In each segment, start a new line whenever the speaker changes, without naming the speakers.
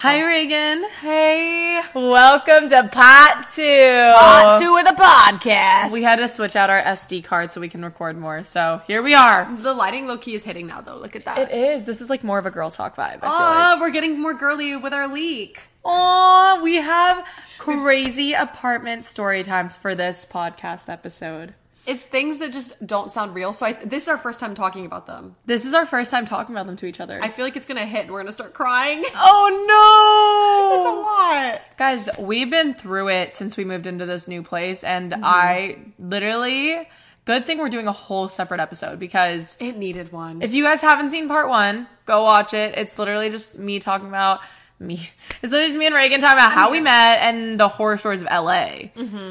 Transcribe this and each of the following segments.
Hi, Reagan.
Hey,
Welcome to Pot Two. Uh,
on to the podcast.
We had to switch out our SD card so we can record more. So here we are.
the lighting low key is hitting now though. Look at that.
It is. This is like more of a girl talk vibe. I feel
Oh, we're getting more girly with our leak.
Aw, we have crazy apartment story times for this podcast episode.
It's things that just don't sound real. So I, this is our first time talking about them.
This is our first time talking about them to each other.
I feel like it's gonna hit. and We're gonna start crying. It's a
oh
lot.
Guys, we've been through it since we moved into this new place, and I literally. Good thing we're doing a whole separate episode because
It needed one.
If you guys haven't seen part one, go watch it. It's literally just me talking about me. It's literally just me and Reagan talking about how we met and the horror stories of LA.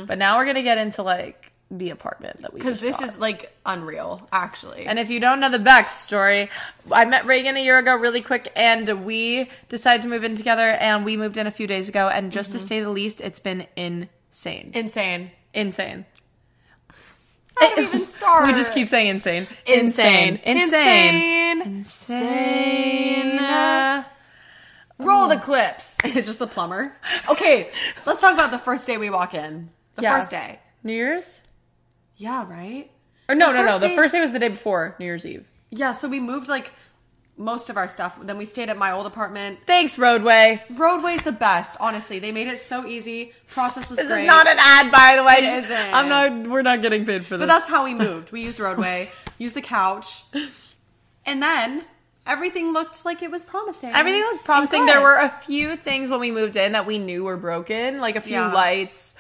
But now we're gonna get into like the apartment that we
because
because
Mm-hmm. this is like unreal, actually.
And if you don't know the backstory, I met Reagan a year ago, really quick, and we decided to move in together. And we moved in a few days ago. And just
Mm-hmm.
to say the least, it's been insane,
insane.
insane.
I don't even start.
We just keep saying insane,
insane,
insane,
insane.
insane. insane.
Roll the clips. it's just the plumber. Okay, let's talk about the first day we walk in. The
Yeah.
first day.
New Year's.
Yeah. Right.
Or no, no,
The
no.
first
The
day-
first day was the day before New Year's Eve.
Yeah. So we moved like most of our stuff. Then we stayed at my old apartment.
Thanks, Roadway.
Roadway's the best, honestly. They made it so easy. Process was
This
great.
is not an ad, by the way.
It isn't.
I'm not. We're not getting paid for this.
but that's how we moved. We used Roadway, used the couch, and then everything looked like it was promising.
Everything looked
and
promising.
good.
There were a few things when we moved in that we knew were broken, like a few
Yeah.
lights,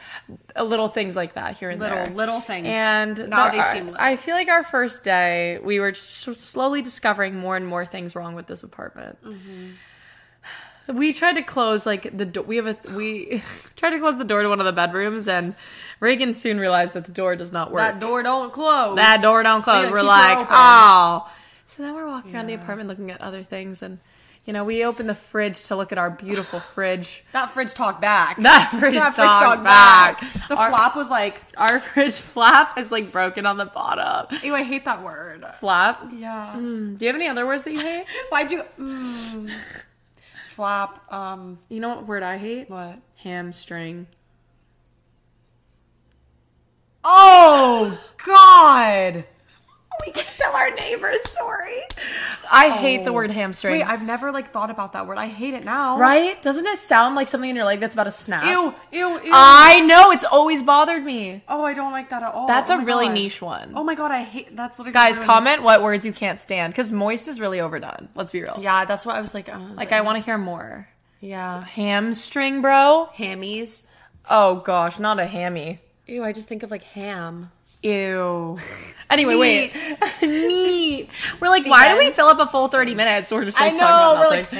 a little things like that here and
Little-
there.
little things.
And
Now
the-
they seem little.
I feel like our first day, we were s slowly discovering more and more things wrong with this apartment.
Mm-hmm.
We tried to close like the door. We have a we tried to close the door to one of the bedrooms, and Reagan soon realized that the door does not work.
that door don't close.
that door don't close.
gotta
We're
keep her
like,
open.
oh. So then we're walking around the apartment looking at other things, and you know, we open the fridge to look at our beautiful fridge.
That fridge talk back.
That fridge talk back.
The
Our-
flop was like,
Our fridge flap is like broken on the bottom.
ew, I hate that word.
Flap.
Yeah.
Do you have any other words that you hate?
Why'd you mm, flop? Um,
You know what word I hate?
what?
Hamstring.
Oh God!
We can tell our neighbor's story. I hate the word hamstring.
Oh. Wait, I've never like thought about that word. I hate it now.
right? Doesn't it sound like something in your leg that's about to snap?
Ew, ew, ew.
I know. It's always bothered me.
Oh, I don't like that at all.
That's
Oh
a
my
really
God.
niche one.
Oh my god, I hate that's literally
Guys,
really-
comment what words you can't stand because moist is really overdone. Let's be real.
Yeah, that's what I was like. Uh,
Like, I want to hear more.
yeah,
Hamstring, bro?
hammies.
Oh gosh, not a hammy.
Ew, I just think of like ham.
Ew. Anyway, wait. Meat. We're like,
The
why do we
end.
fill up a full 30 minutes? We're just like,
I know.
talking
We're
about
like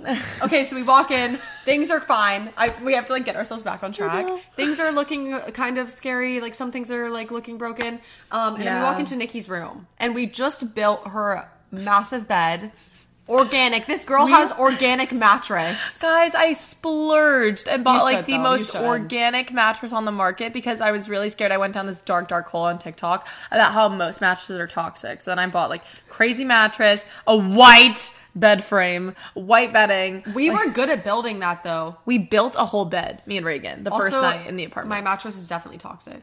nothing.
ham. okay, so we walk in. Things are fine. I, we have to like get ourselves back on track.
know.
Things are looking kind of scary. Like some things are like looking broken. Um, and then we
Yeah.
walk into Nikki's room, and we just built her massive bed. Organic. This girl has organic mattress.
Guys, I splurged and bought
You
like
should,
the
though. You
most
should.
organic mattress on the market because I was really scared. I went down this dark, dark hole on TikTok about how most mattresses are toxic. So then I bought like crazy mattress, a white bed frame, white bedding.
We were good at building that though.
We built a whole bed, me and Reagan, the first
Also,
night in the
My
apartment.
mattress is definitely toxic.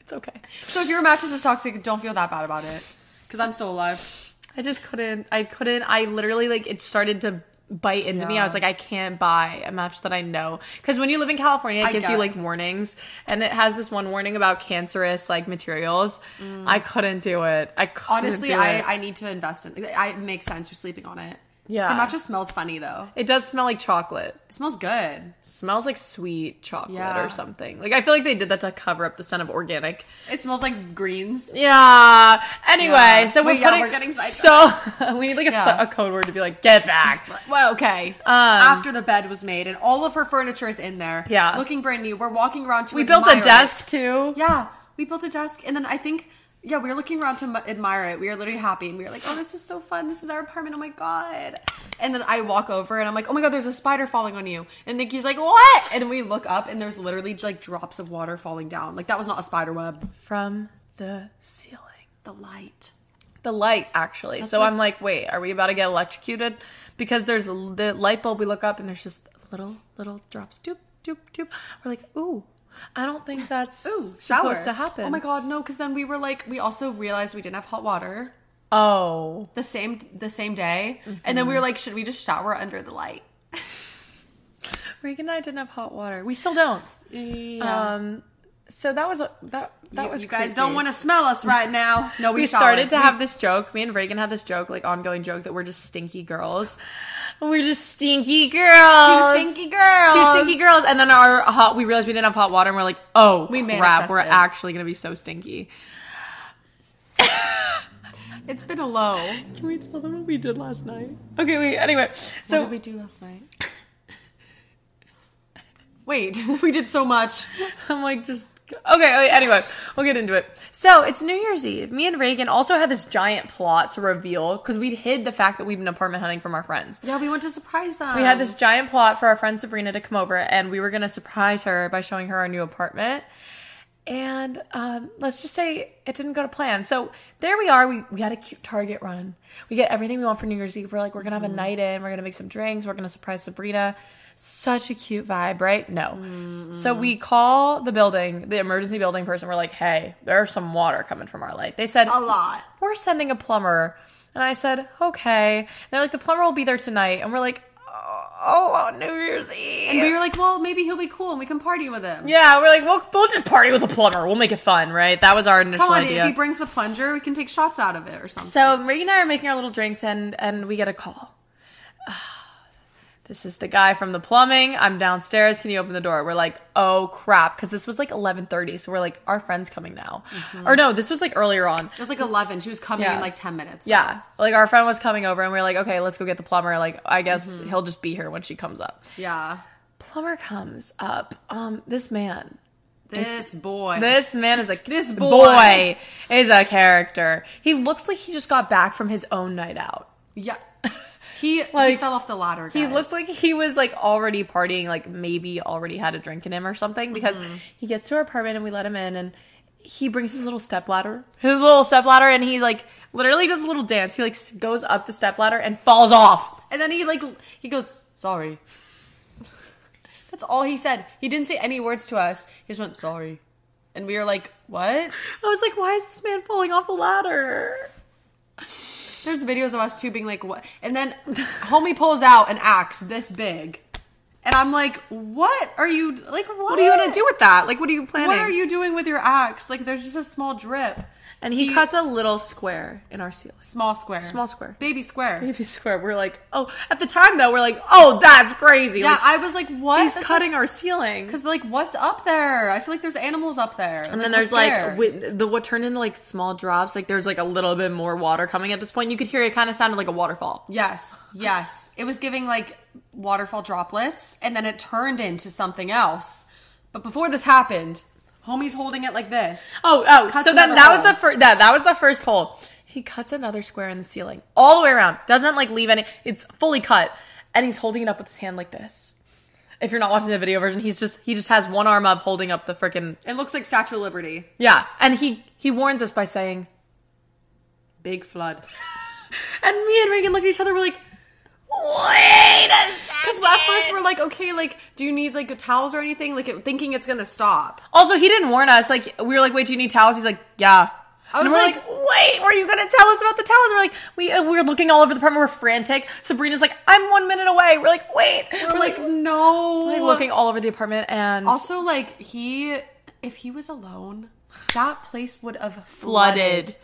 it's okay.
So if your mattress is toxic, don't feel that bad about it. Because I'm still alive.
I just couldn't. I couldn't. I literally like it started to bite into me. I was like, I can't buy a match that I know because when you live in California, it
I
gives
get
you
it.
like warnings, and it has this one warning about cancerous like materials. I couldn't do it. I couldn't
Mm. Honestly,
do
I,
it.
I need to invest in. I it makes sense. You're sleeping on it.
Yeah.
Her mattress smells funny though.
it does smell like chocolate.
It smells good.
smells like sweet chocolate
Yeah.
or something. Like I feel like they did that to cover up the scent of organic.
It smells like greens.
Yeah. Anyway,
Yeah.
so we're
Wait, yeah,
putting
we're getting
so we need like a, s-
Yeah.
a code word to be like get back.
Well, okay.
Um,
After the bed was made and all of her furniture is in there.
Yeah.
Looking brand new. We're walking around to
We built a
admire it.
desk too.
Yeah, we built a desk, and then I think yeah, we were looking around to m- admire it. We were literally happy, and we were like, "Oh, this is so fun! This is our apartment! Oh my god!" And then I walk over, and I'm like, "Oh my god, there's a spider falling on you!" And Nikki's like, "What?" And we look up, and there's literally like drops of water falling down. Like that was not a spider web.
From the ceiling.
The light.
The light actually. so
like-
I'm like, wait, are we about to get electrocuted? Because there's l- the light bulb we look up and there's just little little drops. Doop doop doop. We're like, "Ooh, I don't think that's
Ooh, shower.
supposed to happen."
Oh my god, no! Because then we were like, we also realized we didn't have hot water
Oh.
the same the same day, and then we were like, should we just shower under the light?
Regan and I didn't have hot water. We still don't.
Yeah.
Um, so that was that. That
you,
was.
you guys
creepy.
don't want to smell us right now. No, we,
We started
showered.
to have this joke. Me and Reagan had this joke, like ongoing joke, that we're just stinky girls. We're just stinky girls.
Two stinky girls.
Two stinky girls. And then our hot. We realized we didn't have hot water, and we're like, oh
We
crap, we're
manifested.
actually gonna be so stinky.
It's been a low.
Can we tell them what we did last night? Okay. Wait. Anyway.
So
So
what did we do last night? Wait, we did so much.
I'm like, just okay. wait, Anyway, we'll get into it. So it's New Year's Eve. Me and Reagan also had this giant plot to reveal because we'd hid the fact that we've been apartment hunting from our friends.
Yeah, we went to surprise them.
We had this giant plot for our friend Sabrina to come over, and we were gonna surprise her by showing her our new apartment. And um, let's just say it didn't go to plan. So there we are. We we had a cute Target run. We get everything we want for New Year's Eve. We're like, we're gonna
Mm-hmm.
have a night in. We're gonna make some drinks. We're gonna surprise Sabrina. Such a cute vibe, right? No.
Mm-hmm.
So we call the building, the emergency building person. We're like, hey, there's some water coming from our light. They said
a lot.
we're sending a plumber. And I said, okay. And they're like, the plumber will be there tonight. And we're like, oh, on New Year's Eve.
And we were like, well, maybe he'll be cool and we can party with him.
yeah, we're like, we'll, we'll just party with a plumber. We'll make it fun, right? That was our initial
Come on,
idea.
if he brings the plunger, we can take shots out of it or something.
so Marie and I are making our little drinks and, and we get a call. This is the guy from the plumbing. I'm downstairs. Can you open the door? We're like, oh crap, because this was like 11:30. So we're like, our friend's coming now,
Mm-hmm.
or no, this was like earlier on.
It was like 11. She was coming
Yeah.
in like 10 minutes.
Yeah. Like our friend was coming over and we were like, okay, let's go get the plumber. Like, I guess he'll just be here when she comes up.
Yeah.
Mm-hmm. Plumber comes up. Um, this man.
This, boy.
This man is a
This
boy
boy.
is a character. He looks like he just got back from his own night out.
Yeah. He, he
Like,
fell off the ladder.
He
guys.
looks like he was like already partying, like maybe already had a drink in him or something. Because he gets to our apartment and we let him in, and he brings his little step ladder, his little step ladder, and he like literally does a little dance. He like s- goes up the step ladder and falls off.
And then he like he goes, "Sorry." That's all he said. He didn't say any words to us. He just went, "Sorry." And we were like, "What?"
I was like, why is this man falling off a ladder?
There's videos of us two being like, "What?" And then homie pulls out an axe this big. And I'm like, "What are you like what,
What are you gonna do with that? Like, what are you planning?
What are you doing with your axe? Like there's just a small drip.
And he, cuts a little square in our ceiling.
Small square.
Small square.
Baby square.
Baby square. We're like, oh. At the time though, we're like, oh, that's crazy.
Yeah,
Like,
I was like, "What?"
he's cutting our ceiling.
cuz like what's up there? I feel like there's animals up there.
And then
we're
there's like
scared.
wi- the what turned into like small drops. Like there's like a little bit more water coming at this point. You could hear it kind of sounded like a waterfall.
Yes, yes. It was giving like waterfall droplets, and then it turned into something else. But before this happened, homie's holding it like this.
Oh, oh.
Cuts
so then
another
that was
hole.
the first. That that was the first hole. He cuts another square in the ceiling, all the way around. Doesn't like leave any. It's fully cut, and he's holding it up with his hand like this. If you're not watching the video version, he's just he just has one arm up, holding up the freaking
It looks like Statue of Liberty.
yeah. And he he warns us by saying,
Big flood.
and me and Reagan look at each other. We're like, wait a
Because
second.
at first we're like, okay, like, do you need like towels or anything? Like, it, thinking it's gonna stop.
Also, he didn't warn us. Like we were like, "Wait, do you need towels?" He's like, "Yeah."
I was
and we're
like,
like, wait, were you gonna tell us about the towels? We're like, we uh, we're looking all over the apartment. We're frantic. Sabrina's like, I'm one minute away. We're like, wait. We're,
we're
like,
like, no.
like, looking all over the apartment, and
Also, like he, if he was alone, that place would have flooded.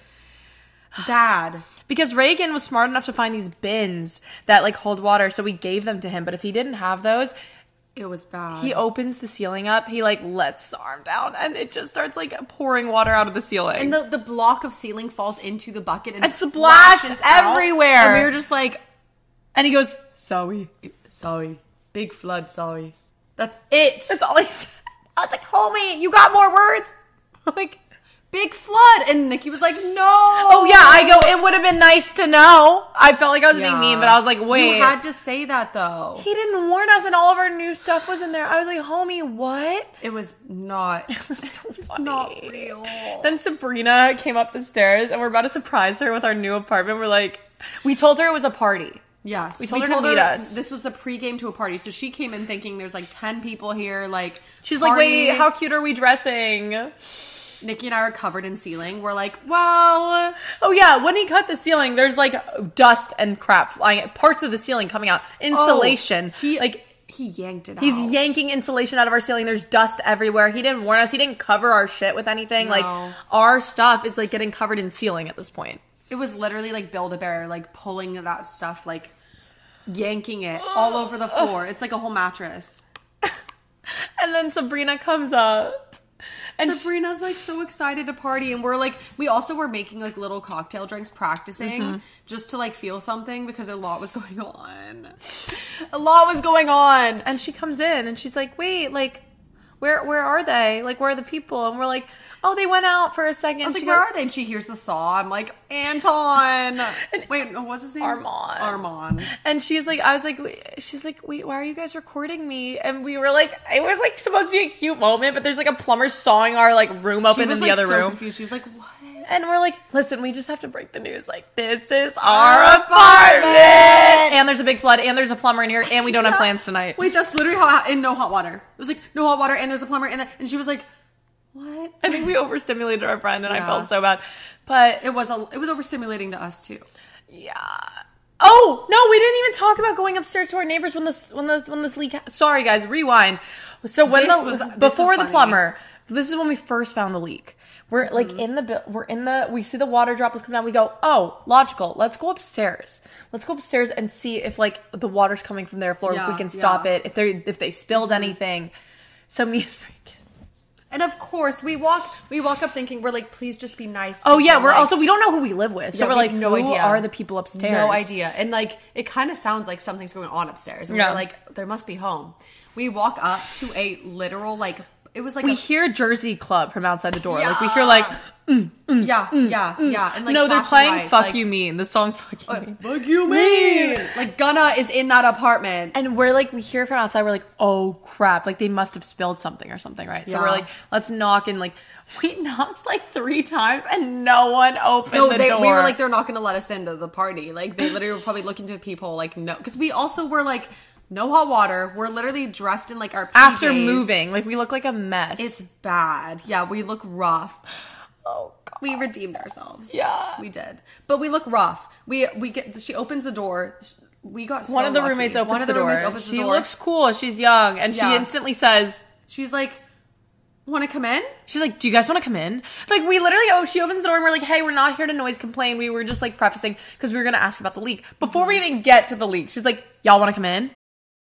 Bad.
because Reagan was smart enough to find these bins that like hold water, so we gave them to him. But if he didn't have those,
It was bad.
he opens the ceiling up. He like lets his arm down, and it just starts like pouring water out of the ceiling.
and the, the block of ceiling falls into the bucket and
It splashes
out,
everywhere.
and we were just like,
And he goes, "Sorry."
sorry, big flood, sorry. That's it.
That's all he said. I was like, "Homie, you got more words." like,
big flood. And Nikki was like, no.
oh yeah. I go. It would have been nice to know. I felt like I was
Yeah.
being mean, but I was like, "Wait."
You had to say that though.
he didn't warn us, and all of our new stuff was in there. I was like, "Homie, what?"
it was not. It was
So
not
funny.
real.
Then Sabrina came up the stairs, and we're about to surprise her with our new apartment. We're like, we told her it was a party.
Yes. We
told her to meet us.
This was the pregame to a party. So she came in thinking there's like 10 people here. Like,
She's
party.
like, "Wait, how cute are we dressing?"
Nikki and I are covered in ceiling. We're like, well,
Oh yeah, when he cut the ceiling, there's like dust and crap flying, parts of the ceiling coming out, insulation.
oh, he,
like
he yanked it
he's
out.
yanking insulation out of our ceiling. There's dust everywhere. He didn't warn us. He didn't cover our shit with anything.
No.
Like our stuff is like getting covered in ceiling at this point.
It was literally like Build a Bear, like pulling that stuff, like yanking it
Oh.
all over the floor. It's like a whole mattress.
And then Sabrina comes up, and she-
Sabrina's like so excited to party, and we're like, we also were making like little cocktail drinks, practicing
Mm-hmm.
just to like feel something because a lot was going on. A lot was going on.
and she comes in, and she's like, "Wait, like." Where, where are they? Like, where are the people? And we're like, oh, they went out for a second.
I was like, where are they? And she hears the saw. I'm like, Anton. Wait, no, what's his name?
Armand.
Armand.
And she's like, I was like, wait- she's like, wait, why are you guys recording me? And we were like, it was like supposed to be a cute moment, but there's like a plumber sawing our like room
She
open
was
in the
like
other
so
room.
confused. She was like, what?
And we're like, listen, we just have to break the news. Like, this is our apartment.
apartment!
And there's a big flood, and there's a plumber in here, and we don't have
Yeah.
plans tonight.
Wait, that's literally how. And no hot water. It was like no hot water, and there's a plumber, and the, and she was like, "What?"
I think we overstimulated our friend, and I
Yeah.
felt so bad. But
It was a, it was overstimulating to us too.
yeah. Oh no, we didn't even talk about going upstairs to our neighbors when this when this when this leak. ha- Sorry, guys, rewind. So when
This
the
was- this
before
is
the
funny. Mm-hmm.
plumber, this is when we first found the leak. We're like in the bu- we're in the we see the water droplets come down. We go, oh, logical. Let's go upstairs. Let's go upstairs and see if like the water's coming from their floor. if we
Yeah,
can stop
yeah.
it.
Mm-hmm.
If they if they spilled anything. So me and Reagan-
And of course, we walk we walk up thinking we're like, please just be nice.
Oh yeah,
people,"
we're
like,
also we don't know who we live with. So
yeah,
we're
we
like,
have no
who
idea.
are the people upstairs?
no idea. And like it kind of sounds like something's going on upstairs, and
Yeah.
we're like, there must be home. We walk up to a literal like it was like
We
a,
hear Jersey Club from outside the door. Like we hear like
yeah yeah yeah. And like
mm, no, they're
flashing
playing
lights,
"Fuck
like, Uh,
You Mean" the song "Fuck You Mean,"
Fuck you mean? Like Gunna is in that apartment.
and we're like, we hear from outside. We're like, oh crap! Like they must have spilled something or something, right? So
Yeah.
we're like, let's knock and like we knocked like three times and no one opened
No,
the
they,
door.
we were like, they're not going to let us into the party. Like, they literally were probably looking to people, like, no. Because we also were like, no hot water. We're literally dressed in like our
after
PJs.
moving, like we look like a mess.
It's bad. Yeah, we look rough.
oh god.
We redeemed ourselves.
Yeah.
we did. But we look rough. We we get. She opens the door. Sh- We got so
One of the
lucky.
roommates opens
One of
the,
the,
door.
roommates opens
she
the door.
looks cool. She's young, and she
Yeah.
instantly says,
She's like, "Want to come in?"
She's like, "Do you guys want to come in?" Like we literally, oh, she opens the door and we're like, "Hey, we're not here to noise complain. We were just like prefacing because we were gonna ask about the leak before we even get to the leak." She's like, "Y'all want to come in?"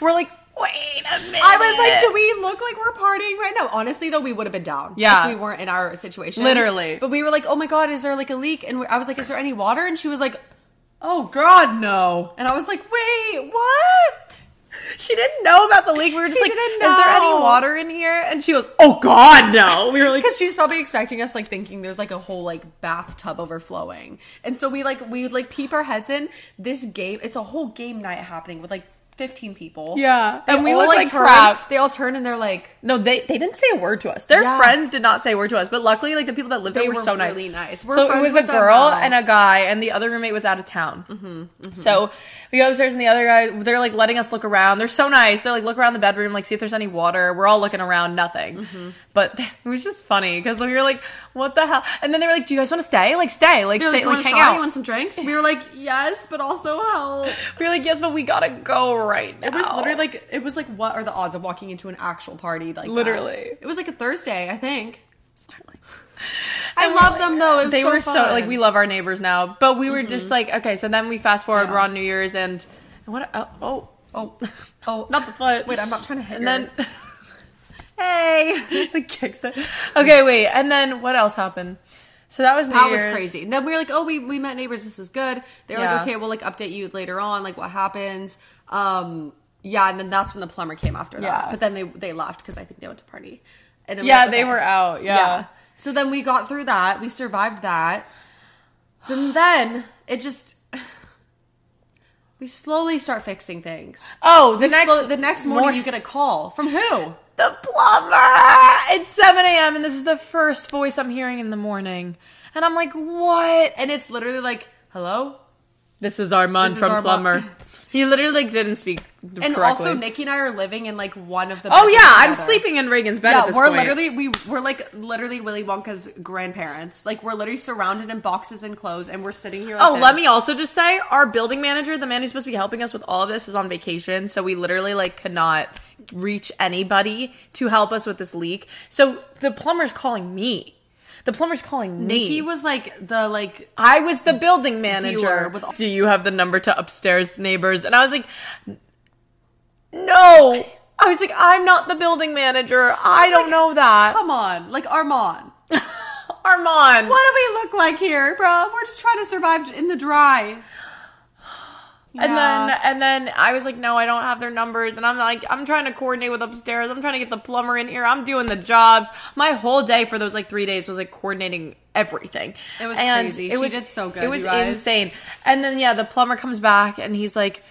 We're like, wait a minute. I was like, do we look like we're partying right now? Honestly, though, we would have been down.
Yeah.
If we weren't in our situation.
Literally.
But we were like, oh my God, is there like a leak? And we- I was like, is there any water? And she was like, oh God, no. And I was like, wait, what?
She didn't know about the leak. We were just
She
like,
didn't
"Is there any
know."
water in here?" And she goes, "Oh God, no!" We were like,
Because she's probably expecting us, like thinking there's like a whole like bathtub overflowing, and so we like we would like peep our heads in. This game, it's a whole game night happening with like 15 people.
Yeah.
and we all, look like, turn,
crap.
They all turn and they're like,
"No, they they didn't say a word to us. Their
Yeah.
friends did not say a word to us." But luckily, like the people that lived
They
there were,
were
so nice.
really nice. We're
so it
friends
was a
with them Mm-hmm,
girl
now.
and a guy, and the other roommate was out of town. So we go upstairs, and the other guy they're like letting us look around. They're so nice. They're like look around the bedroom, like see if there's any water. We're all looking around, nothing.
Mm-hmm.
But it was just funny because we were like, "What the hell?" And then they were like, "Do you guys want to stay? Like stay, like
They're
stay, like,
like, you want a
hang
shot?
out."
You want some drinks? We were like, yes, but also help.
we were like, "Yes, but we gotta go right now."
It was literally like it was like what are the odds of walking into an actual party like that?
Literally.
It was like a Thursday, I think. I love them though. It was
they
so
were so
fun. Mm-hmm.
like we love our neighbors now, but we were just like okay. So then we fast forward. We're on New Year's and and what? Oh, oh,
Oh, oh,
not the foot.
Wait, I'm not trying to hit.
And
your-
then hey, the kicks it. Okay, wait. And then what else happened? So that was New
that was
Year's.
crazy. And then we were like, oh, we we met neighbors. This is good. They're
Yeah.
like, okay, we'll like update you later on, like what happens. Um, yeah, and then that's when the plumber came after that.
Yeah.
But then they they left because I think they went to party. And then
Yeah,
like,
they
okay.
were out. Yeah.
So then we got through that. We survived that. And then it just we slowly start fixing things.
Oh, the
We
next
slow- the next morning
mor-
you get a call from who?
the plumber. It's seven a.m. and this is the first voice I'm hearing in the morning, and I'm like, what?
And it's literally like, "Hello?"
This is Armand
This is
from
Armand.
Plumber. He literally like, didn't speak
And
correctly.
also Nikki and I are living in like one of the
Oh yeah,
bedrooms
I'm
together.
sleeping in Reagan's bed.
Yeah,
at this
we're
point.
literally we we're like literally Willy Wonka's grandparents. Like we're literally surrounded in boxes and clothes and we're sitting here like
Oh, let
this.
me also just say, our building manager, the man who's supposed to be helping us with all of this, is on vacation, so we literally like could not reach anybody to help us with this leak. So the plumber's calling me. The plumber's calling me.
Nikki was like the like
I was the building manager.
Dealer with all-
Do you have the number to upstairs neighbors? And I was like, no. I was like, I'm not the building manager. I don't know that.
come on, like Armand.
Armand.
What do we look like here, bro? We're just trying to survive in the dry.
And then
Yeah.
and then I was like, no, I don't have their numbers. And I'm like, I'm trying to coordinate with upstairs. I'm trying to get the plumber in here. I'm doing the jobs. My whole day for those like three days was like coordinating everything.
It was
And
crazy. She did so good,
It was
you guys.
insane. And then yeah, the plumber comes back and he's like,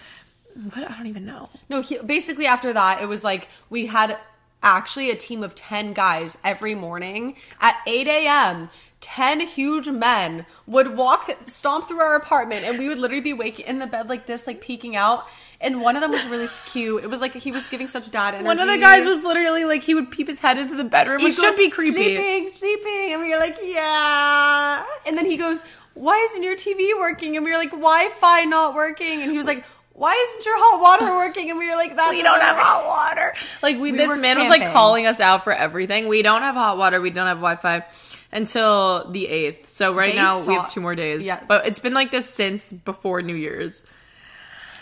what? I don't even know.
No, he, basically after that, it was like we had actually a team of 10 guys every morning at 8 a.m. 10 huge men would walk, stomp through our apartment, and we would literally be waking in the bed like this, like peeking out. And one of them was really cute. It was like he was giving such dad energy.
One of the guys was literally like, he would peep his head into the bedroom,
He
which should
goes,
be creepy.
Sleeping, sleeping. And we were like, yeah. And then he goes, why isn't your TV working? And we were like, Wi Fi not working. And he was like, why isn't your hot water working? And we were like, that
We don't
doesn't
have
work."
hot water. Like we,
We
this
were
man was like
camping.
calling us out for everything. We don't have hot water. We don't have Wi Fi until the eighth. So right
They
now we
saw-
have two more days.
Yeah.
but it's been like this since before New Year's.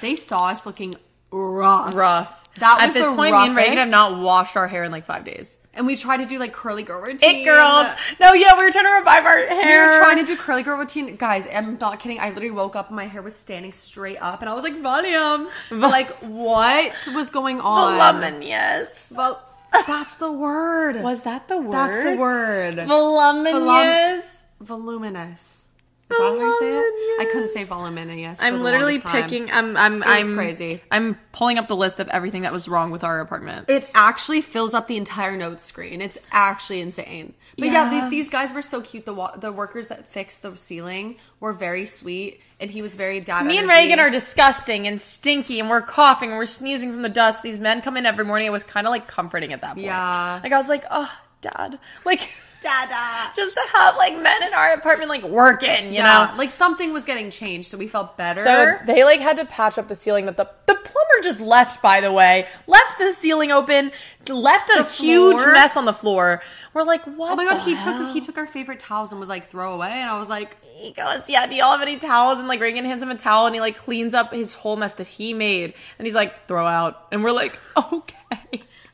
They saw us looking rough.
Rough.
That
At
was
this
the
point, me and Reagan have
roughest.
not washed our hair in like five days.
And we tried to do like curly girl routine.
It girls. No, yeah, we were trying to revive our
We
hair.
were trying to do curly girl routine. Guys, I'm not kidding. I literally woke up and my hair was standing straight up and I was like, volume. like, what was going on?
Volumen, yes.
Vol- that's the word.
Was that the word?
That's the word.
Voluminous.
Voluminous. Is that how you say it? I couldn't say voluminous. for
I'm
the
literally
longest time.
picking. I'm. I'm.
It was
I'm
crazy.
I'm pulling up the list of everything that was wrong with our apartment.
It actually fills up the entire notes screen. It's actually insane. But yeah, the- these guys were so cute. The wa- the workers that fixed the ceiling were very sweet, and he was very dad.
Me and
energy.
Reagan are disgusting and stinky, and we're coughing and we're sneezing from the dust. These men come in every morning. It was kind of like comforting at that point.
Yeah.
Like I was like, oh, dad. Like
Dada.
just to have like men in our apartment like working, you
yeah,
know.
like something was getting changed, so we felt better.
So they like had to patch up the ceiling that the the plumber just left. By the way, left the ceiling open, left a
The
huge
floor?
mess on the floor. We're like, what?
oh my god,
the
he
hell?
took he took our favorite towels and was like throw away, and I was like,
He goes, yeah. Do y'all have any towels? And like Reagan hands him a towel, and he like cleans up his whole mess that he made, and he's like, throw out. And we're like, okay.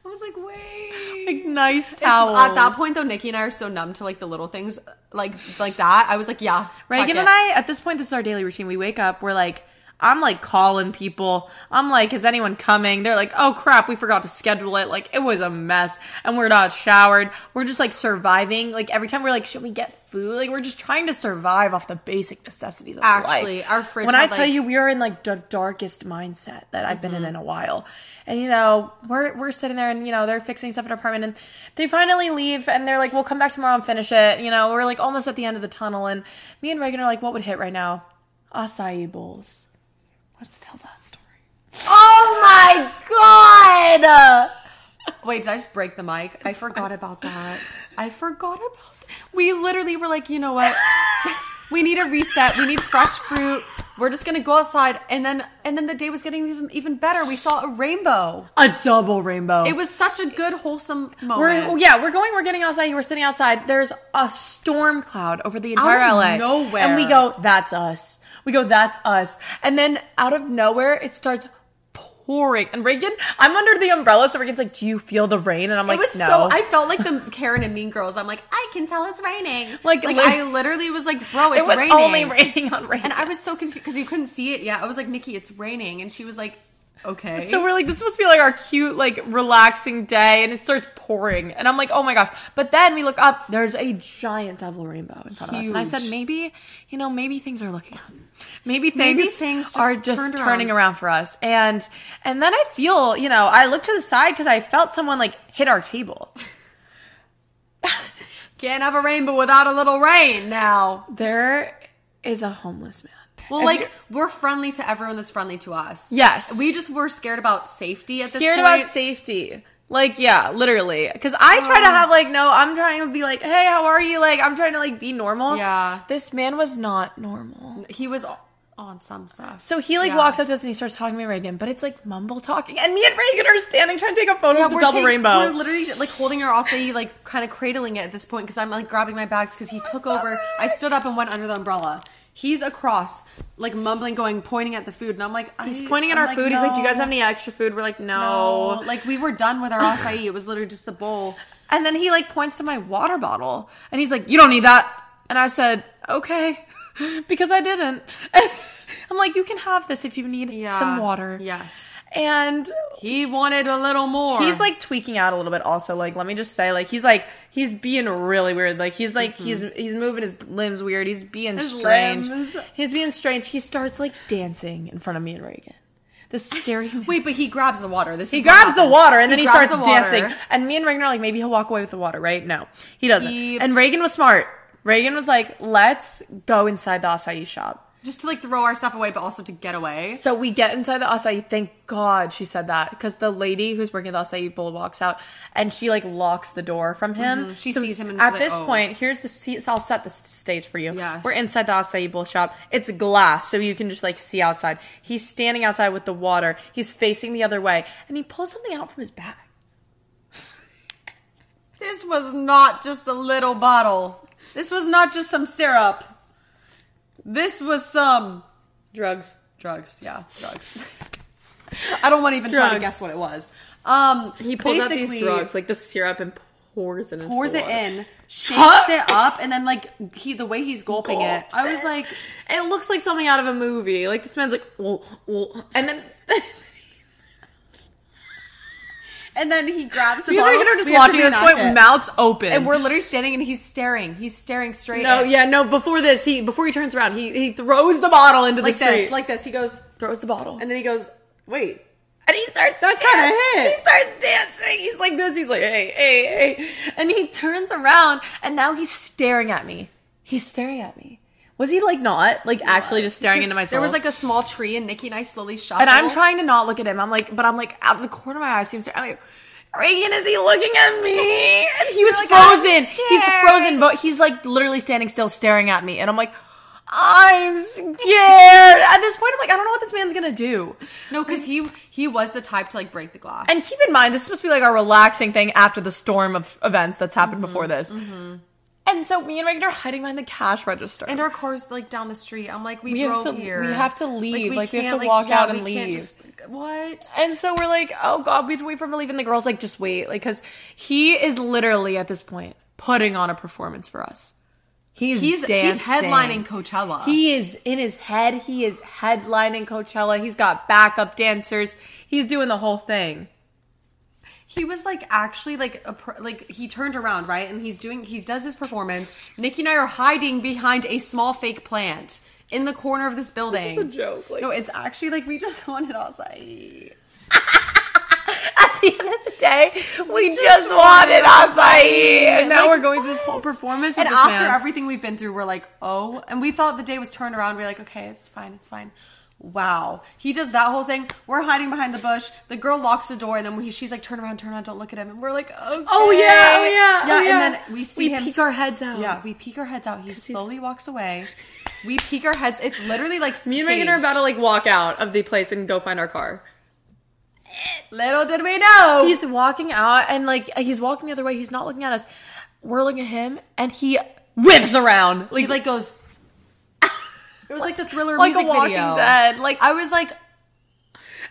I was like, wait.
Like nice
It's-
towels.
at that point though, Nikki and I are so numb to like the little things like like that. I was like, yeah,
Reagan
tuck
and
it.
I, at this point, this is our daily routine. We wake up, we're like, I'm like calling people. I'm like, is anyone coming? They're like, oh crap, we forgot to schedule it. Like, it was a mess. And we're not showered. We're just like surviving. Like, every time we're like, should we get food? Like, we're just trying to survive off the basic necessities of
Actually,
life.
our fridge
When
had,
I tell
like- Mm-hmm.
you, we are in like the darkest mindset that I've been in in a while. And, you know, we're, we're sitting there and, you know, they're fixing stuff in our apartment and they finally leave and they're like, we'll come back tomorrow and finish it. You know, we're like almost at the end of the tunnel. And me and Reagan are like, what would hit right now? Acai bowls. Let's tell that story.
Oh my god! Wait, did I just break the mic? I forgot about that. I forgot about that. We literally were like, you know what? we need a reset. We need fresh fruit. We're just gonna go outside, and then and then the day was getting even, even better. We saw a rainbow.
A double rainbow.
It was such a good wholesome moment.
We're, yeah, we're going. We're getting outside. We're sitting outside. There's a storm cloud over the entire
of
LA.
nowhere.
and we go. That's us. We go. That's us. And then out of nowhere, it starts pouring. And Reagan, I'm under the umbrella, so Reagan's like, "Do you feel the rain?" And I'm like,
it was
"No."
so. I felt like the Karen and Mean Girls. I'm like, I can tell it's raining.
Like,
like
lit-
I literally was like, bro,
it
it's
was
raining.
only raining on rain.
And I was so confused because you couldn't see it yet. I was like, Nikki, it's raining, and she was like, okay.
So we're like, this is supposed to be like our cute, like relaxing day, and it starts pouring, and I'm like, oh my gosh! But then we look up, there's a giant double rainbow in front of us, and I said,
Huge.
maybe, you know, maybe things are looking up, maybe things,
Maybe things just
are just
turned around.
turning around for us, and and then I feel, you know, I look to the side because I felt someone like hit our table.
Can't have a rainbow without a little rain now.
There is a homeless man.
Well, like we're friendly to everyone that's friendly to us.
Yes.
we just were scared about safety at
scared
this point.
about safety. Like yeah, literally. Because I try
Oh.
to have like no, I'm trying to be like, hey, how are you? Like I'm trying to like be normal.
Yeah.
This man was not normal.
He was o- on some stuff.
So he like
Yeah.
walks up to us and he starts talking to me Reagan, but it's like mumble talking, and me and Reagan are standing trying to take a photo of the
we're
double
taking-
rainbow.
We're literally like holding her acai, like kind of cradling it at this point because I'm like grabbing my bags because he took over. I stood up and went under the umbrella. He's across, like mumbling, going, pointing at the food, and I'm like, I-
He's pointing at
I'm
our food. He's like, "Do you guys
"No,
have any extra food?" We're like, "No."
no." Oh, Like we were done with our acai. It was literally just the bowl.
And then he like points to my water bottle and he's like, You don't need that. And I said, Okay, because I didn't. I'm like, You can have this if you need
Yeah.
some water.
Yes.
And
He wanted a little more.
he's like tweaking out a little bit also. Like, let me just say, like, he's like, he's being really weird. Like, he's like, he's he's moving his limbs weird. He's being
Mm-hmm. His
strange.
limbs.
He's being strange. He starts like dancing in front of me and Reagan. This scary man.
Wait, but he grabs the water. This
He grabs the water and then he,
grabs
starts
the water.
dancing. And me and Reagan are like, maybe he'll walk away with the water, right? No, he doesn't.
He-
And Reagan was smart. Reagan was like, let's go inside the acai shop.
just to like throw our stuff away, but also to get away.
So we get inside the acai. Thank God she said that because the lady who's working the acai bowl walks out and she like locks the door from Mm-hmm. him.
She
So
sees him and she's
at
like,
this
"Oh."
point, here's the seat. I'll set the s- stage for you.
Yes.
We're inside the acai bowl shop. It's glass, so you can just like see outside. He's standing outside with the water. He's facing the other way, and he pulls something out from his bag.
This was not just a little bottle. This was not just some syrup. This was some
Drugs.
drugs. Yeah, drugs. I don't want to even try
Drugs.
to guess what it was. Um,
He pulls out these drugs, like the syrup, and pours it. Into
pours
the
it
water.
in, shakes it up, and then like he the way he's gulping it.
Gulps
I was
it.
like,
it looks like something out of a movie. Like this man's like, "Oh, oh," and then
and then he grabs the
me and
bottle.
Reagan are just
We have to
watching at this
reenact
point,
it.
mouths open,
and we're literally standing, and he's staring. He's staring straight.
no,
at-
yeah, no. Before this, he before he turns around, he he throws the bottle into
like
the street,
this, like this. He goes,
throws the bottle,
and then he goes, wait.
And he starts
That kinda
dan-
hit.
He starts dancing. He's like this. He's like, hey, hey, hey. And he turns around and now he's staring at me. He's staring at me. Was he like not? Like actually just staring into my soul.
There was like a small tree, and Nikki and I slowly shot.
and I'm trying to not look at him. I'm like, but I'm like out of the corner of my eye, seems to. I'm like, Reagan, is he looking at me? And he was
like, "I'm
frozen. He's
scared."
frozen, but he's like literally standing still staring at me. And I'm like, I'm scared. At this point, I'm like, I don't know what this man's gonna do.
No, because he he was the type to like break the glass.
And keep in mind, this is supposed to be like our relaxing thing after the storm of events that's happened before
Mm-hmm.
this. And so me and Reagan are hiding behind the cash register.
and our car's like down the street. I'm like, we,
We have
drove
to-
here.
we have to leave. Like, we have
can't,
to walk out and
we can't
leave.
just- what?
And so we're like, oh God, we have to wait for him to leave. And the girl's like, just wait. Like, cause he is literally at this point putting on a performance for us. He's,
He's he's
dancing.
headlining Coachella.
He is in his head. He is headlining Coachella. He's got backup dancers. He's doing the whole thing.
he was like actually like a, per- like he turned around right and he's doing he does his performance nikki and i are hiding behind a small fake plant in the corner of this building
This is a joke, like-
no it's actually like we just wanted outside
At the end of the day, we just,
wanted
wanted acai. And now
Like,
we're going through this whole performance. With
and
this
after
man.
everything we've been through we're like oh and we thought the day was turned around we are like okay it's fine it's fine wow he does that whole thing we're hiding behind the bush the girl locks the door and then we, she's like turn around turn around don't look at him and we're like okay.
Oh, yeah, oh, yeah,
yeah
oh, yeah.
and then we see
We
him
peek our heads out.
yeah we peek our heads out he slowly walks away we peek our heads it's literally like
me and Megan are
staged.
about to like walk out of the place and go find our car.
little did we know
He's walking out and like he's walking the other way. He's not looking at us. We're looking at him and he whips around. Like,
he like goes it was like the thriller
Like a
music
Walking
video
Dead, like-
i was like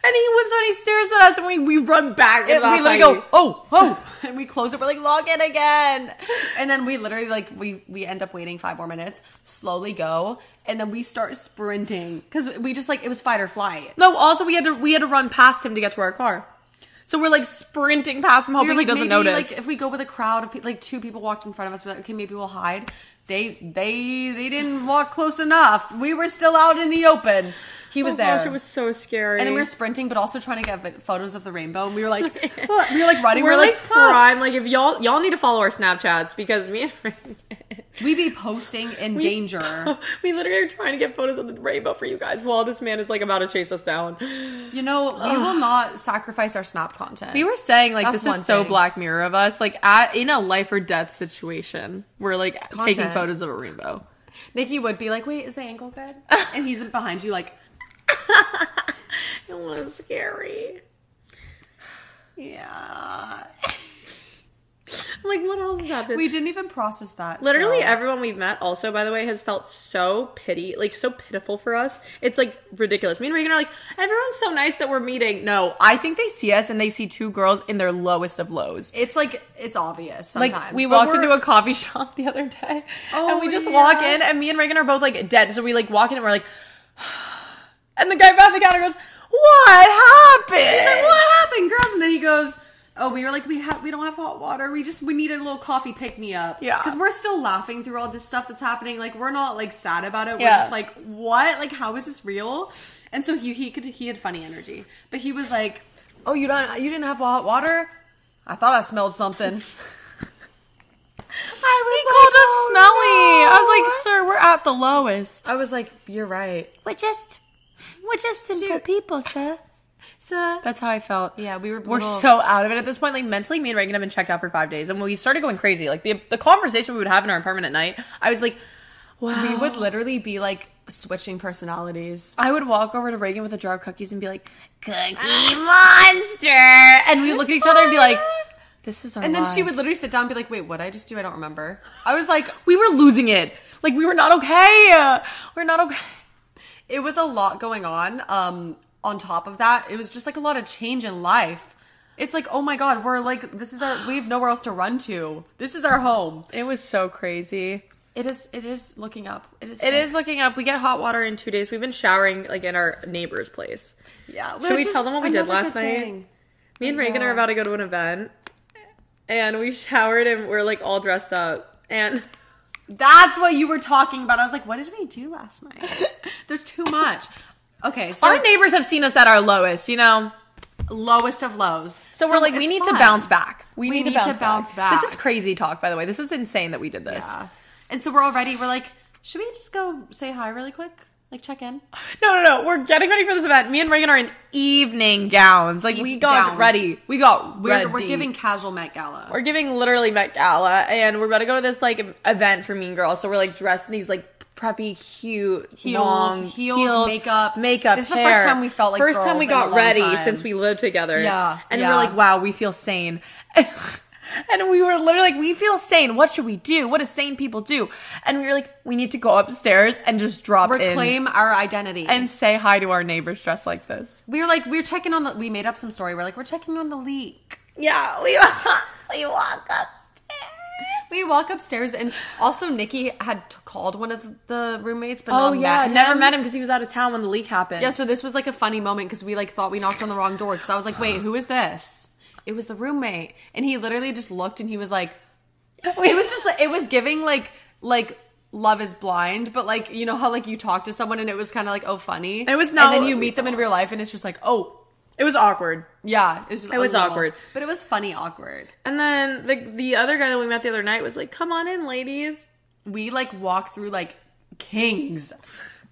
and he whips around, he stares at us and we, we run back
And
and
we literally go, oh, oh, and we close it. We're like, log in again, and then we literally like we we end up waiting five more minutes, slowly go, and then we start sprinting because we just like it was fight or flight.
No, also we had to we had to run past him to get to our car. So we're like sprinting past him
We
hoping
were like,
he doesn't
maybe,
notice.
Like if we go with a crowd of people, like two people walked in front of us, we're like, okay, maybe we'll hide. They they they didn't walk close enough. We were still out in the open. He was
oh
there.
gosh, it was so scary.
and then we were sprinting, but also trying to get vi- photos of the rainbow. And we were like, what? we were like running.
we're,
we were
like,
like, "Huh."
prime. Like if y'all y'all need to follow our Snapchats because me and Frank-
we be posting in danger.
we literally are trying to get photos of the rainbow for you guys while this man is like about to chase us down.
You know, we will not sacrifice our snap content.
We were saying like
That's
this
one
is so
thing.
Black Mirror of us, like at, in a life or death situation, we're like taking
Content.
photos of a rainbow.
Nikki would be like, "Wait, is the angle good?" and he's behind you, like,
It was scary.
"Yeah."
I'm like, what else happened?
We didn't even process that.
Literally
still.
everyone we've met, also by the way, has felt so pity, like so pitiful for us. It's like ridiculous. Me and Reagan are like, everyone's so nice that we're meeting. No, I think they see us and they see two girls in their lowest of lows.
It's like it's obvious. Sometimes.
Like we
but
walked
we're-
into a coffee shop the other day,
Oh,
and we just walk
yeah.
in, and me and Reagan are both like dead. So we like walk in, and we're like, and the guy behind the counter goes, "What happened?
Like, what happened, girls? And then he goes. Oh, we were like, we have, we don't have hot water. We just, we need a little coffee pick me up.
Yeah.
because we're still laughing through all this stuff that's happening. Like, we're not like sad about it. We're
Yeah.
just like, what? Like, how is this real? And so he, he could, he had funny energy, but he was like, oh, you don't, you didn't have hot water. I thought I smelled something.
I was he called us smelly. I was like, sir, we're at the lowest.
"Oh, I was like, you're right.
We're just, we're just simple people, sir.
So
That's how I felt.
Yeah, we were
We're
little-
so out of it at this point. Like mentally, me and Reagan have been checked out for five days, and we started going crazy. Like the the conversation we would have in our apartment at night, I was like, wow.
we would literally be like switching personalities.
I would walk over to Reagan with a jar of cookies and be like, "Cookie monster," and we look at each other and be like, "This is our."
And then she would
lives.
literally sit down and be like, wait, what did I just do? I don't remember. I was like,
We were losing it. Like we were not okay. We're not okay.
it was a lot going on. Um, on top of that, it was just like a lot of change in life. It's like, oh my god, we're like, this is our, we have nowhere else to run to. This is our home.
It was so crazy.
It is, it is looking up. It is,
It is
fixed.
looking up. We get hot water in two days. We've been showering like in our neighbor's place.
Yeah.
Should we
which
tell
is
them what we did
another
last
good
night?
thing.
Me and Reagan are about to go to an event, and we showered and we're like all dressed up. And
That's what you were talking about. I was like, what did we do last night? There's too much. Okay, so
our neighbors have seen us at our lowest, you know.
lowest of lows.
So, we're like, we
it's
need
fun.
to bounce back. We,
We
need,
need
to
to
bounce,
bounce
back.
back.
This is crazy talk, by the way. This is insane that we did this.
Yeah. And so we're already, we're like, should we just go say hi really quick? Like check in.
No, no, no. We're getting ready for this event. Me and Reagan are in evening gowns. Like we got
Gowns.
ready. We got
We're,
ready.
we're giving casual Met Gala.
We're giving literally Met Gala, and we're about to go to this like event for Mean Girls. So we're like dressed in these like preppy, cute
Heels,
long
heels, makeup.
makeup.
This is the
hair.
first time we felt like
first
girls
time we
in a
got
long
ready
time.
since we lived together.
Yeah,
and
yeah.
we're like, wow, we feel sane. And we were literally like, we feel sane. What should we do? What do sane people do? And we were like, we need to go upstairs and just drop in
Reclaim our identity.
and say hi to our neighbors dressed like this.
we were like, we were checking on the. We made up some story. We're like, we're checking on the leak.
Yeah, we we walk upstairs.
We walk upstairs, and also Nikki had t- called one of the roommates, but
Oh
not
yeah,
met him.
never met him because he was out of town when the leak happened.
Yeah, so this was like a funny moment because we like thought we knocked on the wrong door because I was like, wait, who is this? It was the roommate, and he literally just looked and he was like, it was just like it was giving like like Love is Blind, but like you know how like you talk to someone and it was kind of like oh funny.
It was not
and then
what
you
we
meet them in real life and it's just like oh
it was awkward.
yeah, it was, just
It was
a little-
awkward.
but it was funny awkward.
And then the the other guy that we met the other night was like, "Come on in, ladies."
We like walk through like kings.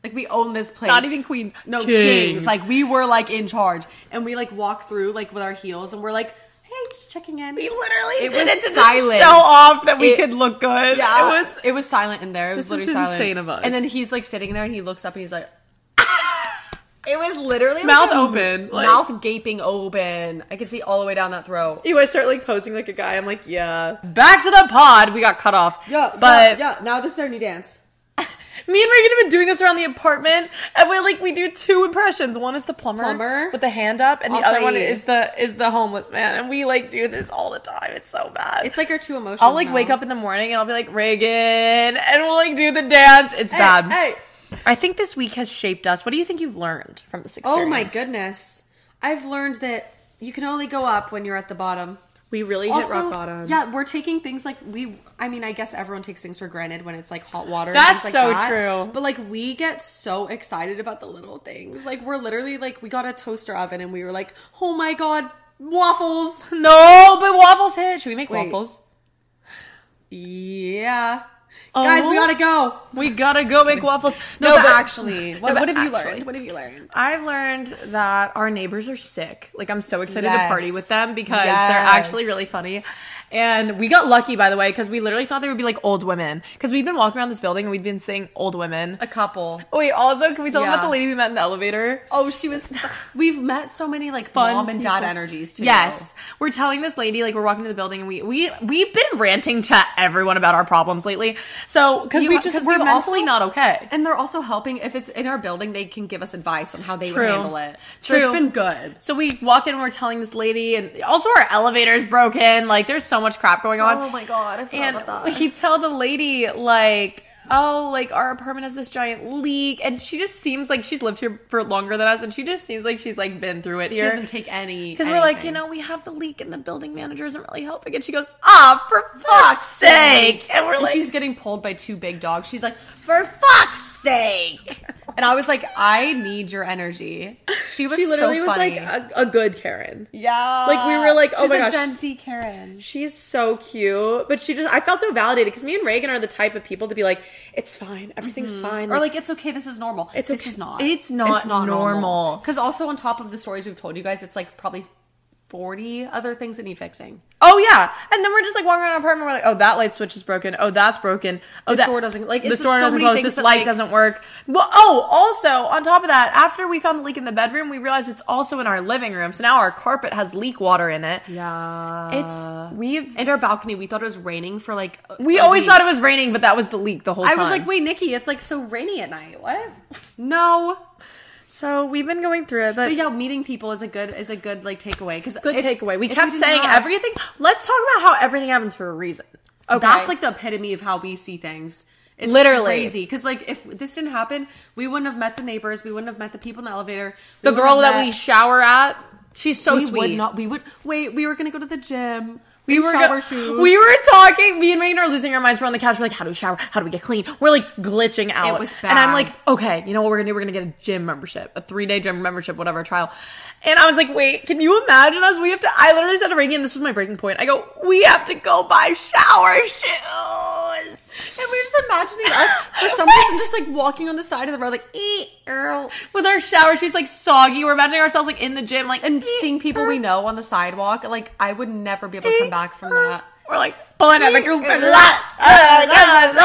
Like we own this place.
Not even queens.
No
Kings.
kings. Like we were like in charge, and we like walk through like with our heels, and we're like, "Hey, just checking in." We literally
It was so off that we could look good.
Yeah,
it was.
It was silent in there. It was
This is
literally silent.
insane of us.
And then he's like sitting there, and he looks up, and he's like, "It was literally like,
Mouth
a
open, like-
mouth gaping open. I could see all the way down that throat."
You guys start like posing like a guy. I'm like, yeah. Back to the pod. We got cut off. but
yeah, Now this is our new dance.
me and Reagan have been doing this around the apartment, and we're like, we do two impressions. One is the plumber,
Plumber.
with the hand up, and the
I'll
other
say-
one is the is the homeless man. And we like do this all the time. It's so bad.
It's like our two emotions.
I'll like
now.
wake up in the morning and I'll be like Reagan, and we'll like do the dance. It's bad.
Hey,
I think this week has shaped us. What do you think you've learned from this experience?
oh my goodness! I've learned that you can only go up when you're at the bottom.
we really hit
also,
rock bottom.
Yeah, we're taking things like we. I mean, I guess everyone takes things for granted when it's like hot water.
That's
and things like
so
that.
true.
But like, we get so excited about the little things. Like, we're literally like, we got a toaster oven and we were like, oh my god, waffles.
No, but waffles hit. Should we make
Wait.
waffles?
Yeah, guys, we gotta go.
Uh-huh. We gotta go make waffles.
No,
Oh.
but,
but-
actually, what,
but
what have you
actually.
learned? What have you learned?
I've learned that our neighbors are sick. Like I'm so excited to
Yes.
party with them because they're
Yes.
actually really funny. And we got lucky by the way because we literally thought they would be like old women because we've been walking around this building and we've been seeing old women.
A couple.
Wait, also can we tell them about
Yeah.
the lady we met in the elevator?
Oh, she was. We've met so many like
Fun
mom and dad
people.
energies too.
Yes, we're telling this lady like we're walking to the building and we we we've been ranting to everyone about our problems lately. So because
You-
we just
'cause
we're
we've
mentally
also-
not okay.
And they're also helping. If it's in our building, they can give us advice on how they
True.
would handle it. So
True.
it's been good.
So we walk in and we're telling this lady, and also our elevator's broken. Like, there's so much crap going on.
Oh my God, I forgot
and
about that.
we tell the lady, like, oh, like our apartment has this giant leak, and she just seems like she's lived here for longer than us, and she just seems like she's like been through it
She
here.
doesn't take any.
because we're like,
anything.
you know, we have the leak and the building manager isn't really helping. And she goes, ah, for fuck's sake. And we're
And
like,
she's getting pulled by two big dogs. She's like, for fuck's sake. And I was like, I need your energy. She was
she literally
so
was
funny.
like a, a good Karen.
yeah.
like, we were like, oh
She's
my
a
gosh.
Gen Z Karen.
She's so cute, but she just—I felt so validated because me and Reagan are the type of people to be like, "It's fine, everything's fine."
Mm-hmm. Or like, it's okay. This is normal.
It's
this
okay.
is not.
It's not normal.
Because also on top of the stories we've told you guys, it's like probably forty other things that need fixing.
oh yeah, and then we're just like walking around our apartment. We're like, "Oh, that light switch is broken. Oh, that's broken. Oh,
This
that
door doesn't- like, it's
this
just
door
so
doesn't
many
close.
things
This
that,
light
like-
doesn't work." Well, oh, also on top of that, after we found the leak in the bedroom, we realized it's also in our living room. So now our carpet has leak water in it.
Yeah.
It's we've
Uh, And our balcony, we thought it was raining for like. a-
we
a
always
week.
thought it was raining, but that was the leak the whole
I
time.
was like, wait, Nikki, it's like so rainy at night. What? No.
so we've been going through it,
But yeah, meeting people is a good is a good like takeaway because
Good takeaway. We kept saying everything. Let's talk about how everything happens for a reason. Okay.
That's like the epitome of how we see things. It's
Literally.
crazy because like if this didn't happen, we wouldn't have met the neighbors. We wouldn't have met the people in the elevator.
the
We wouldn't
girl
have
that
met-
we shower at. She's so
we
sweet.
would not. We would wait. We were gonna go to the gym.
we
in
were
shower
go-
shoes.
we were talking. Me and Reagan are losing our minds. We're on the couch. We're like, how do we shower? How do we get clean? We're like glitching out.
was
And I'm
bad.
like, okay, you know what we're gonna do? We're gonna get a gym membership, a three day gym membership, whatever trial. And I was like, wait, can you imagine us? We have to. I literally said to Reagan, this was my breaking point. I go, we have to go buy shower shoes.
and we were just just imagining us for some reason just like walking on the side of the road, like eat Earl,
With our shower, she's like soggy. We're imagining ourselves like in the gym, like
and seeing people we know on the sidewalk. Like I would never be able to come back from that.
We're like pulling out the group and that.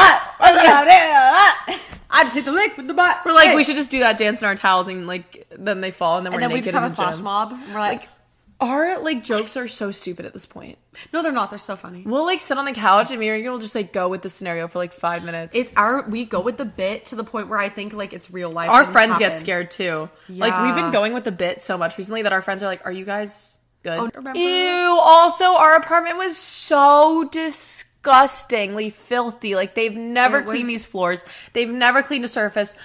I just hit the lick with the butt.
We're like, we should just do that dance in our towels and like then they fall and then we're
And then we
naked
just have
in
a
the
flash
gym.
mob. And we're like,
Our like jokes are so stupid at this point.
no, they're not. They're so funny.
We'll like sit on the couch and Miriam will just like go with the scenario for like five minutes.
It's our we go with the bit to the point where I think like it's real life.
our
things
friends get
happen.
scared too. Like we've
Yeah.
been going with the bit so much recently that our friends are like, "Are you guys good?"
Oh, remember-
Ew. Also, our apartment was so disgustingly filthy. Like they've never
It was-
cleaned these floors. They've never cleaned a surface.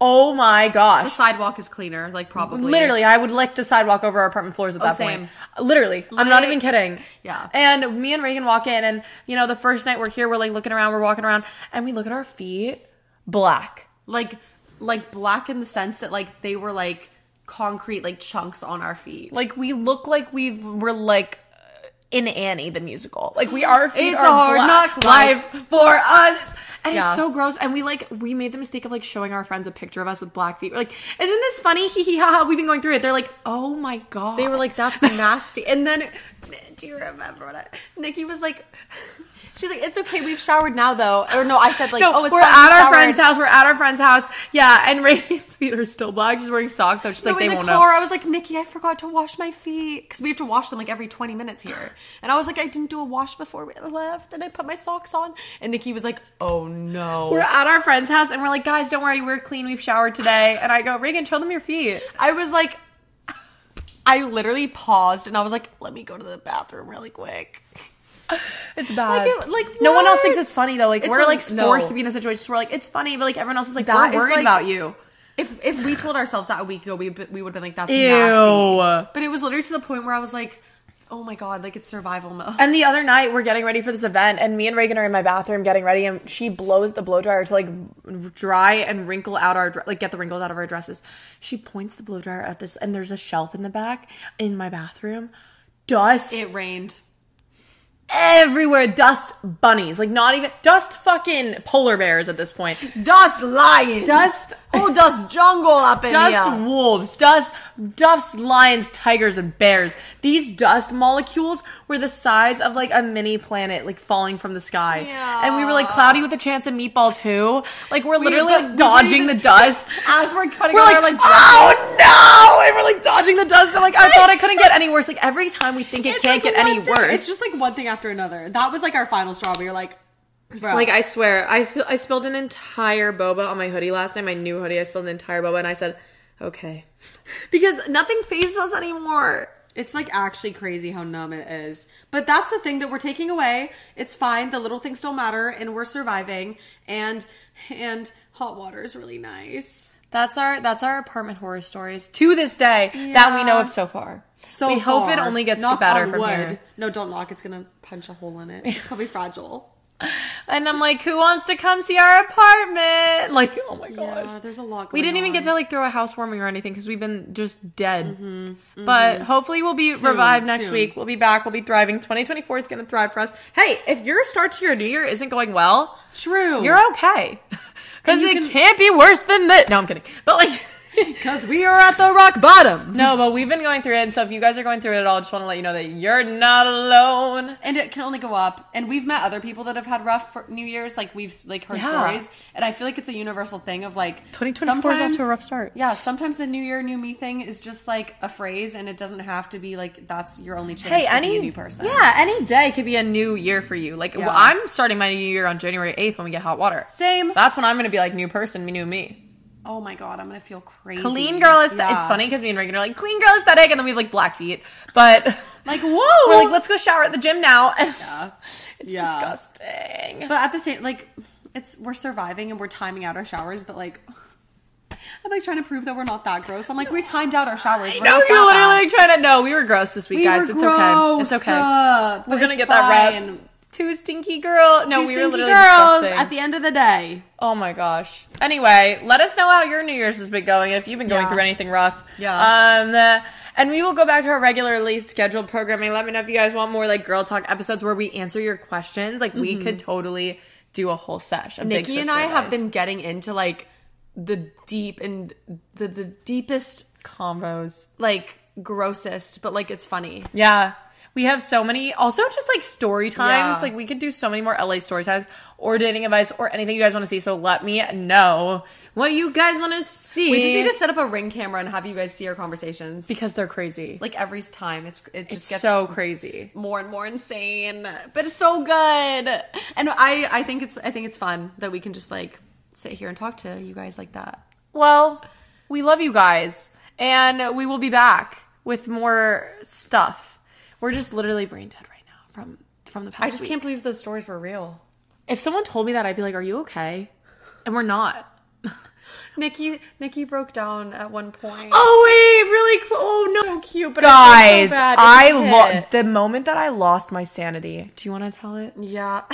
Oh my
The
gosh.
sidewalk is cleaner, like probably.
Literally, I would lick the sidewalk over our apartment floors at that
Oh, same.
point. Literally, I'm not
Like-
even kidding.
Yeah.
And me and Reagan walk in, and you know, the first night we're here, we're like looking around, we're walking around, and we look at our feet, black.
like like black in the sense that like they were like concrete like chunks on our feet.
Like we look like we were like in Annie the musical. Like we are.
it's a hard knock life for us.
And
Yeah.
it's so gross. And we like we made the mistake of like showing our friends a picture of us with black feet. We're like, isn't this funny? Hee hee ha ha. We've been going through it. They're like, oh my god.
They were like, "That's nasty." And then, do you remember what I, Nikki was like? She's like, "It's okay. We've showered now, though." Or no, I said like,
no,
"Oh, it's
we're
fine,
at
we
our
showered."
friend's house. We're at our friend's house. Yeah, and Reagan's feet are still black. She's wearing socks though. She's
No,
like, they
in the
won't
car,
know.
I was like, Nikki, I forgot to wash my feet because we have to wash them like every 20 minutes here. And I was like, I didn't do a wash before we left, and I put my socks on. And Nikki was like, Oh no!
We're at our friend's house, and we're like, guys, don't worry, we're clean. We've showered today. And I go, Reagan, show them your feet.
I was like, I literally paused and I was like, Let me go to the bathroom really quick.
It's bad.
Like, it- like,
no one else thinks
what?
it's funny though. Like
It's
we're
a-
like
no.
forced to be in a situation where like it's funny, but like everyone else is like
That
we're
is,
worried
like,
about you.
If if we told ourselves that a week ago, we we would have been like, That's
Ew.
nasty. But it was literally to the point where I was like, Oh my god, like it's survival mode.
And the other night, we're getting ready for this event, and me and Reagan are in my bathroom getting ready, and she blows the blow dryer to like r- dry and wrinkle out our dr- like get the wrinkles out of our dresses. She points the blow dryer at this, and there's a shelf in the back in my bathroom, dust
it rained.
everywhere, dust bunnies, like not even dust fucking polar bears at this point,
Dust lions.
Dust-
Oh, dust jungle up in
dust
here.
wolves, dust dust lions, tigers, and bears. These dust molecules were the size of like a mini planet, like falling from the sky. And we were like cloudy with a chance of meatballs. Who? Like we're literally
but we
dodging
didn't
the dust.
as we're cutting
We're
out
like,
our like
oh no! And we're like dodging the dust. And like I thought it couldn't get any worse. Like every time we think it
It's
can't
like
get any
one thing-
worse.
It's just like one thing after another. That was like our final straw. We were like, bro.
Like I swear, I sp- I spilled an entire boba on my hoodie last time. My new hoodie, I spilled an entire boba, and I said, "Okay," because nothing phases us anymore.
it's like actually crazy how numb it is. But that's the thing that we're taking away. It's fine. The little things don't matter, and we're surviving. And and hot water is really nice.
That's our that's our apartment horror stories to this day that we know of so far.
So
we hope it
far,
only gets
knock
better
on
from
wood.
here.
No, don't knock. It's gonna punch a hole in it. It's probably fragile.
And I'm like, who wants to come see our apartment? Like, oh my god,
Yeah, there's a lot.
we
going
didn't even
on. Mm-hmm,
get to like throw a housewarming or anything because we've been just dead. But hopefully we'll be revived next
soon.
week. We'll be back. We'll be thriving. 2024 is going to thrive for us. Hey, if your start to your new year isn't going well,
True.
you're okay because
Oh. you
it
can-
can't be worse than that. No, I'm kidding. But like.
because we are at the rock bottom.
No, but we've been going through it, and so if you guys are going through it at all, I just want to let you know that you're not alone.
and it can only go up. And we've met other people that have had rough for New Year's, like we've like heard
Yeah.
stories, and I feel like it's a universal thing of like
2024 is off to a rough start.
Yeah, sometimes the New Year, New Me thing is just like a phrase, and it doesn't have to be like that's your only chance
Hey,
to
any
be a new person.
Yeah, any day could be a new year for you. Like
Yeah.
I'm starting my new year on January 8th when we get hot water.
Same.
That's when I'm going to be like new person, new me.
Oh my god, I'm gonna feel crazy.
Clean girl is
Yeah.
it's funny because me and Reagan are like clean girl aesthetic, and then we have like black feet. But
Like whoa.
we're like let's go shower at the gym now. And it's
Yeah.
disgusting.
But at the same, like, it's we're surviving and we're timing out our showers, but like, I'm like trying to prove that we're not that gross. I'm like, we timed out our showers. We're
No,
not
you're
that bad.
literally trying to. No, we were gross this week,
We
guys.
were
it's okay. It's
gross,
okay.
uh,
we're
but
gonna
it's
get that rep.
fine.
Too stinky girl. No,
Two
we were
stinky
literally
girls
disgusting.
at the end of the day.
Oh my gosh. Anyway, let us know how your New Year's has been going if you've been going
Yeah.
through anything rough.
Yeah.
Um, uh, and we will go back to our regularly scheduled programming. Let me know if you guys want more like girl talk episodes where we answer your questions. Like we could totally do a whole sesh. A big
Mm-hmm. Nikki and
sister
I have
vibes.
been getting into like the deep and the the deepest
combos.
like grossest, but like it's funny.
Yeah. We have so many also just like story times.
Yeah.
Like we could do so many more LA story times or dating advice or anything you guys want to see. So let me know what you guys want to see.
We just need to set up a ring camera and have you guys see our conversations.
because they're crazy.
Like every time, it's it just
it's
gets
so crazy.
more and more insane, but it's so good. And I I think it's I think it's fun that we can just like sit here and talk to you guys like that.
Well, we love you guys and we will be back with more stuff. We're just literally brain dead right now from from the past
I just
week.
can't believe those stories were real.
If someone told me that, I'd be like, "Are you okay?" And we're not.
Nikki Nikki broke down at one point.
Oh wait, really? qu- Oh no,
cute, but I feel
guys!
so bad.
I
It was a
lo-
hit.
the moment that I lost my sanity. Do you want to tell it?
Yeah.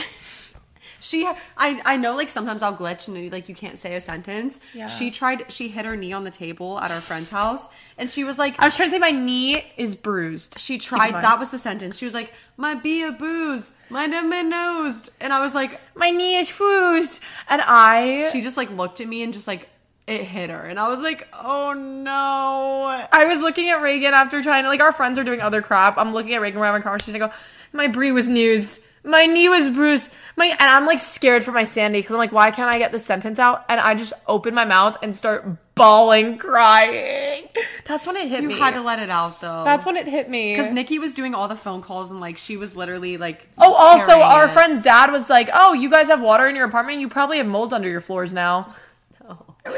She, I, I know, like sometimes I'll glitch and like you can't say a sentence.
Yeah.
She tried. She hit her knee on the table at our friend's house, and she was like,
I was trying to say my knee is bruised.
she
Keep in
tried.
mind.
That was the sentence. She was like, my be a booze, my nose, and I was like,
my knee is bruised, and I
she just like looked at me and just like it hit her, and I was like, oh no.
I was looking at Reagan after trying to like our friends are doing other crap. I'm looking at Reagan we're having a conversation. I go, my brie was news. My knee was bruised. My and I'm like scared for my sanity because I'm like, why can't I get this sentence out? And I just open my mouth and start bawling, crying. That's when it hit
You
me.
had to let it out though.
That's when it hit me.
because Nikki was doing all the phone calls and like she was literally like.
Oh, also,
carrying
our
it.
friend's dad was like, "Oh, you guys have water in your apartment. You probably have mold under your floors now."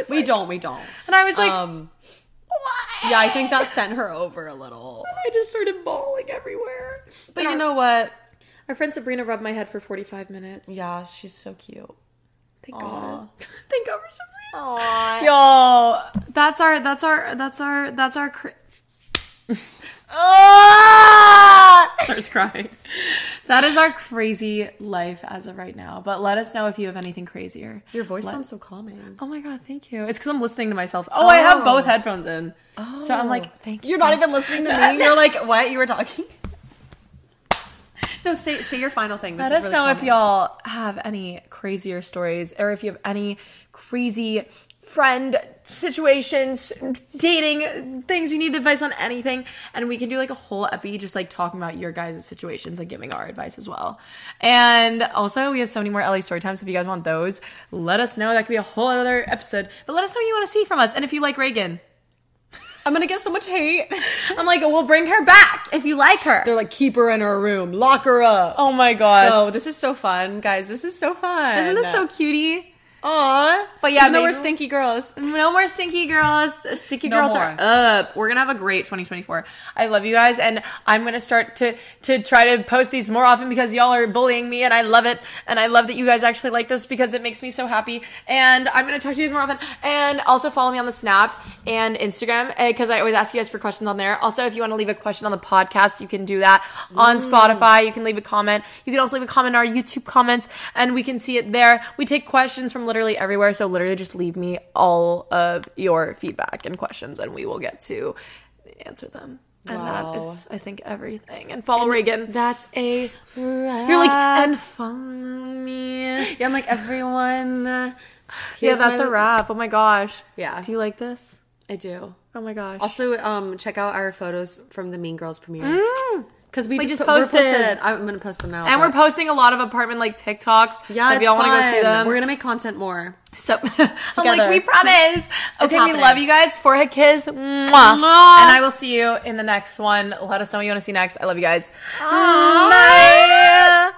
We don't. We don't.
And I was like,
Um.
"Why?"
Yeah, I think that sent her over a little.
I just started bawling everywhere.
But you know what?
Our friend Sabrina rubbed my head for 45 minutes.
Yeah, she's so cute.
Thank God. Thank God for Sabrina.
Aww.
Y'all, that's our, that's our, that's our, that's our. Cr-
Ah!
Starts crying. That is our crazy life as of right now. But let us know if you have anything crazier.
Your voice sounds so calming.
Oh my god, thank you. It's because I'm listening to myself. Oh, I have both headphones in, so I'm like, thank you.
Oh. You're not even listening to me. You're like, what? You were talking. No, say say your final thing. This
Let
is
us
really
know if
calming.
y'all have any crazier stories or if you have any crazy friend situations, dating things you need advice on anything. And we can do like a whole epi just like talking about your guys' situations and giving our advice as well. And also, we have so many more LA story times. If you guys want those, let us know. That could be a whole other episode. But let us know what you want to see from us. And if you like Reagan,
I'm gonna get so much hate.
I'm like, we'll bring her back if you like her.
They're like, keep her in her room, lock her up.
oh my gosh.
Oh, this is so fun, guys. This is so fun.
Isn't this so cutie?
Aw.
But yeah,
Even though we're
maybe-
stinky girls.
No more stinky girls. Stinky
No
girls
more.
are up. We're gonna have a great 2024. I love you guys, and I'm gonna start to to try to post these more often because y'all are bullying me, and I love it. And I love that you guys actually like this because it makes me so happy. And I'm gonna talk to you guys more often. And also follow me on the Snap and Instagram because I always ask you guys for questions on there. Also, if you want to leave a question on the podcast, you can do that on Spotify. You can leave a comment. You can also leave a comment on our YouTube comments, and we can see it there. We take questions from literally everywhere, so literally just leave me all of your feedback and questions, and we will get to answer them. And that is, I think, everything. And follow Reagan.
That's a wrap.
You're like, and follow me.
yeah, I'm like everyone. uh,
Yeah,
here's
that's
my-
a wrap. Oh my gosh.
Yeah.
Do you like this?
I do.
Oh my gosh.
Also, um, check out our photos from the Mean Girls premiere. Because we,
Mm. We
just,
just
po- we're
posted.
posted. I'm gonna post them now.
and we're
but-
posting a lot of apartment like TikToks.
Yeah,
so if
it's
y'all
fun.
want to go see them,
We're gonna make content more.
So I'm like,
Together.
we promise. Okay, we
happening.
love you guys. Forehead kiss. Mwah. And I will see you in the next one. Let us know what you want to see next. I love you guys. Bye.